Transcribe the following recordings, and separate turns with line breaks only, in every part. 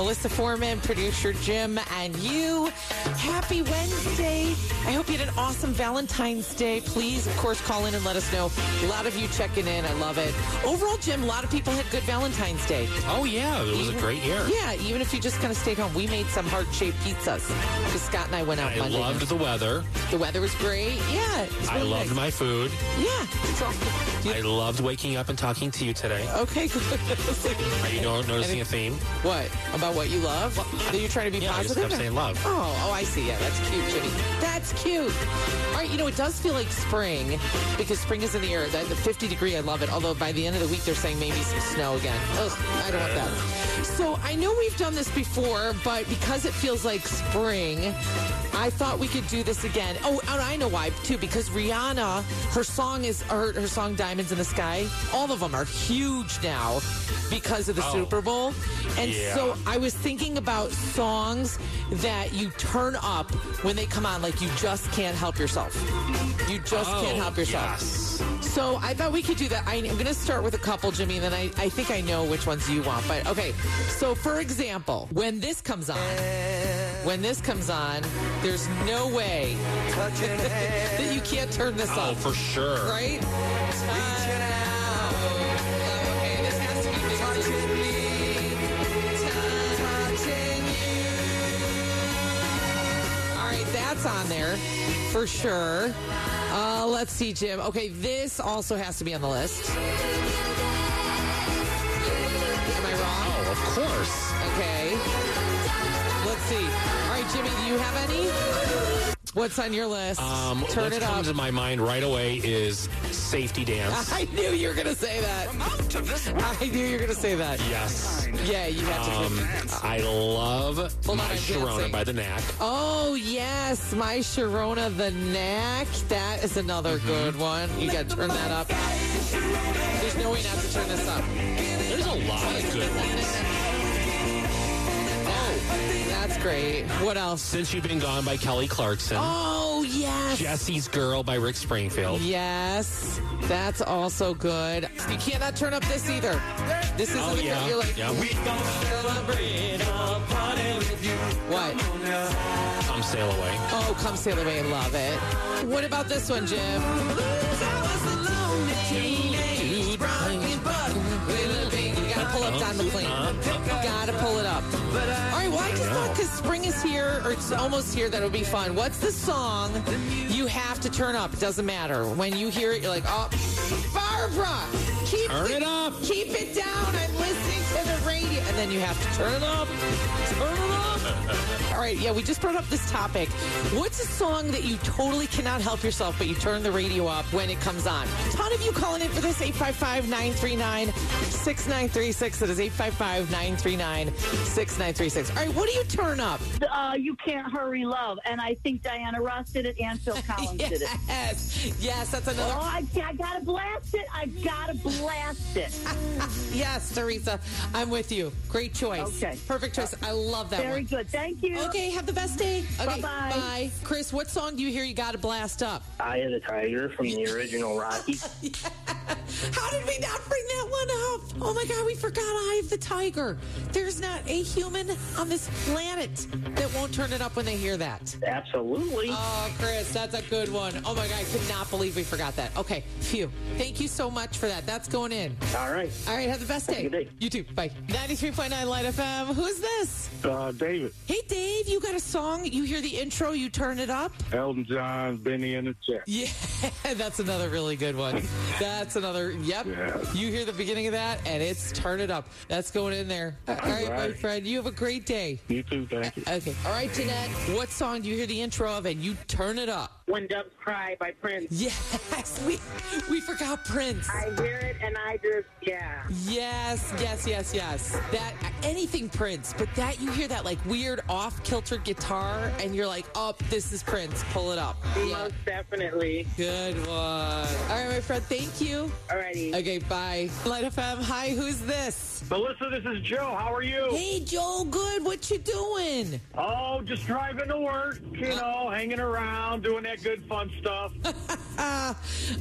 Melissa Foreman, producer Jim, and you. Happy Wednesday. I hope you had an awesome Valentine's Day. Please, of course, call in and let us know. A lot of you checking in. I love it. Overall, Jim, a lot of people had good Valentine's Day.
Oh yeah, it was a great year.
Yeah, even if you just kind of stayed home. We made some heart-shaped pizzas. Because Scott and I went out
I
Monday.
loved the weather.
The weather was great. Yeah. it was
I
really
loved
nice.
my food.
Yeah. So,
I loved waking up and talking to you today.
okay. Good. It's like,
Are you no- noticing a theme?
what about what you love? Are you trying to be
Yeah, I just
positive?
kept saying love.
Oh, oh, I see. Yeah, that's cute, Jimmy. That's cute. All right, you know, it does feel like spring because spring is in the air. That the 50 degree, I love it. Although by the end of the week, they're saying maybe some snow again. Ugh, I don't want that. So I know we've done this before, but because it feels like spring, I thought we could do this again. Oh, and I know why too, because Rihanna, her song is her, her song "Diamonds in the Sky." All of them are huge now because of the
Oh.
Super Bowl, and
Yeah.
so I was thinking about songs that you turn up when they come on, like you just can't help yourself. You just can't help yourself.
Oh, Yes.
So I thought we could do that. I, I'm going to start with a couple, Jimmy, and then I, I think I know which ones you want. But okay, so for example, when this comes on, when this comes on, there's no way that you can't turn this
Oh,
off,
for sure.
right? Time out. Oh, okay, this has to be big. Touching you. All right, that's on there for sure. Uh, let's see, Jim. Okay, this also has to be on the list. Am I wrong?
Oh, of course.
Okay. Let's see. All right, Jimmy, do you have any? What's on your list?
Um,
Turn
what
it up. Uh-huh.
comes to my mind right away is safety dance.
I knew you were going to say that. I knew you were going to say that.
yes.
Yeah, you have to.
Um, I love
Hold on,
my
I'm
Sharona
dancing.
by the Knack.
oh, yes. My Sharona the Knack. That is another
Mm-hmm.
good one. You got to turn that up. There's no way not to turn this up.
There's a lot of good ones.
Oh, that's great. What else?
Since you've been gone by Kelly Clarkson.
Oh, yes.
Jesse's Girl by Rick Springfield.
Yes, that's also good. You cannot turn up this either. This isn't
Oh
the
yeah.
you're like,
yeah.
what?
Come sail away.
Oh, come sail away, love it. What about this one, Jim? You gotta pull up Don McLean. You gotta pull it up. All right, well, I just thought because spring is here, or it's almost here, that it would be fun. What's the song you have to turn up? It doesn't matter. When you hear it, you're like, oh, Barbara, keep
Turn
the-
it up.
Keep it down. I'm listening to the radio. And then you have to turn it up. Turn it up. All right, yeah, we just brought up this topic. What's a song that you totally cannot help yourself, but you turn the radio up when it comes on? ton of you calling in for this 855 939 6936. That is 855 939 6936. All right, what do you turn up?
uh, You Can't Hurry Love. And I think Diana Ross did it and Phil Collins did it.
Yes, yes, that's
Oh,
another.
I, I gotta blast it. I gotta blast it.
Yes, Teresa, I'm with you. Great choice.
Okay.
Perfect choice. I love that one.
Very good. Thank you.
Okay, have the best day. Okay,
Bye-bye.
bye. Chris, what song do you hear you got to blast up?
Eye of the Tiger from the original Rocky.
How did we not bring that one up? Oh my God, we forgot Eye of the Tiger. There's not a human on this planet that won't turn it up when they hear that.
Absolutely.
Uh,
Oh, Chris, that's a good one. Oh my God, I could not believe we forgot that. Okay, phew. Thank you so much for that. That's going in.
All right.
All right, have the best
Have a
day.
good day.
You too. Bye. 93.9 Light FM. Who's this?
Uh, David,
Hey, Dave, you got a song. You hear the intro, you turn it up.
Elton John, Benny and the Jet.
Yeah, that's another really good one. That's another. Yep.
Yeah.
You hear the beginning of that, and it's turn it up. That's going in there. All right, my
right.
friend. You have a great day.
You too, thank you.
Okay. All right, Jeanette. What song do you hear the intro of, and you turn it up?
When Doves Cry by Prince.
Yes, we we forgot Prince.
I hear it and I just, yeah.
Yes, yes, yes, yes. That anything Prince, but that you hear that like weird off kilter guitar, and you're like, oh, this is Prince. Pull it up. Yeah.
Most definitely.
Good one. All right, my friend. Thank you.
Alrighty.
Okay, bye. Light FM. Hi, who's this?
Melissa, this is Joe. How are you?
Hey, Joe. Good. What you doing?
Oh, just driving to work, you
Uh.
know, hanging around, doing that good fun stuff.
Ah,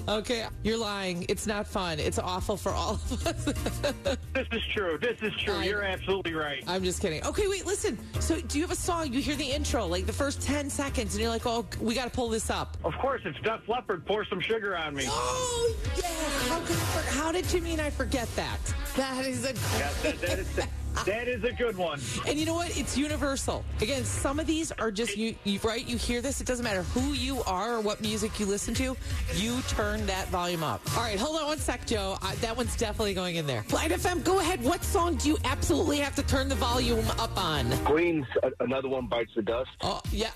okay. You're lying. It's not fun. It's awful for all of us.
this is true. This is true.
I-
You're absolutely right.
I'm just kidding. Okay, wait, listen. So, do you have a song? You hear the intro, like the first 10 seconds, and you're like, oh, we got to pull this up.
Of course, it's Def Leppard. Pour some sugar on me.
Oh, yeah. How, could I for- how did Jimmy and I forget that? That is a.
That- that is, that is a good one.
And you know what? It's universal. Again, some of these are just you, you right? You hear this. It doesn't matter who you are or what music you listen to. You turn that volume up. All right, hold on one sec, Joe. Uh, that one's definitely going in there. Light FM, go ahead. What song do you absolutely have to turn the volume up on?
Queens, a- another one bites the dust.
Oh, yeah.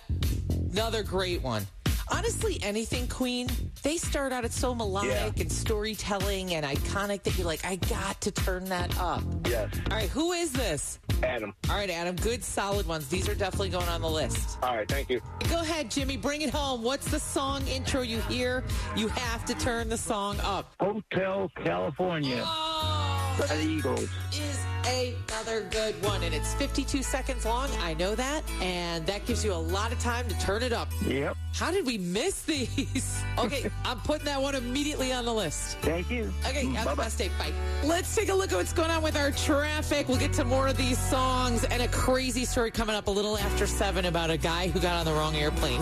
Another great one. Honestly, anything Queen, they start out it's so melodic and storytelling and iconic that you're like, I got to turn that up.
Yes,
All right, who is this?
Adam.
All right, Adam, good solid ones. These are definitely going on the list.
All right, thank you.
Go ahead, Jimmy, bring it home. What's the song intro you hear? You have to turn the song up.
Hotel California.
Oh,
The Eagles.
is another good one, and it's 52 seconds long. I know that, and that gives you a lot of time to turn it up.
Yep.
How did we miss these? Okay, I'm putting that one immediately on the list.
Thank you.
Okay,
Mm,
have a best day. Bye. Let's take a look at what's going on with our traffic. We'll get to more of these songs and a crazy story coming up a little after seven about a guy who got on the wrong airplane.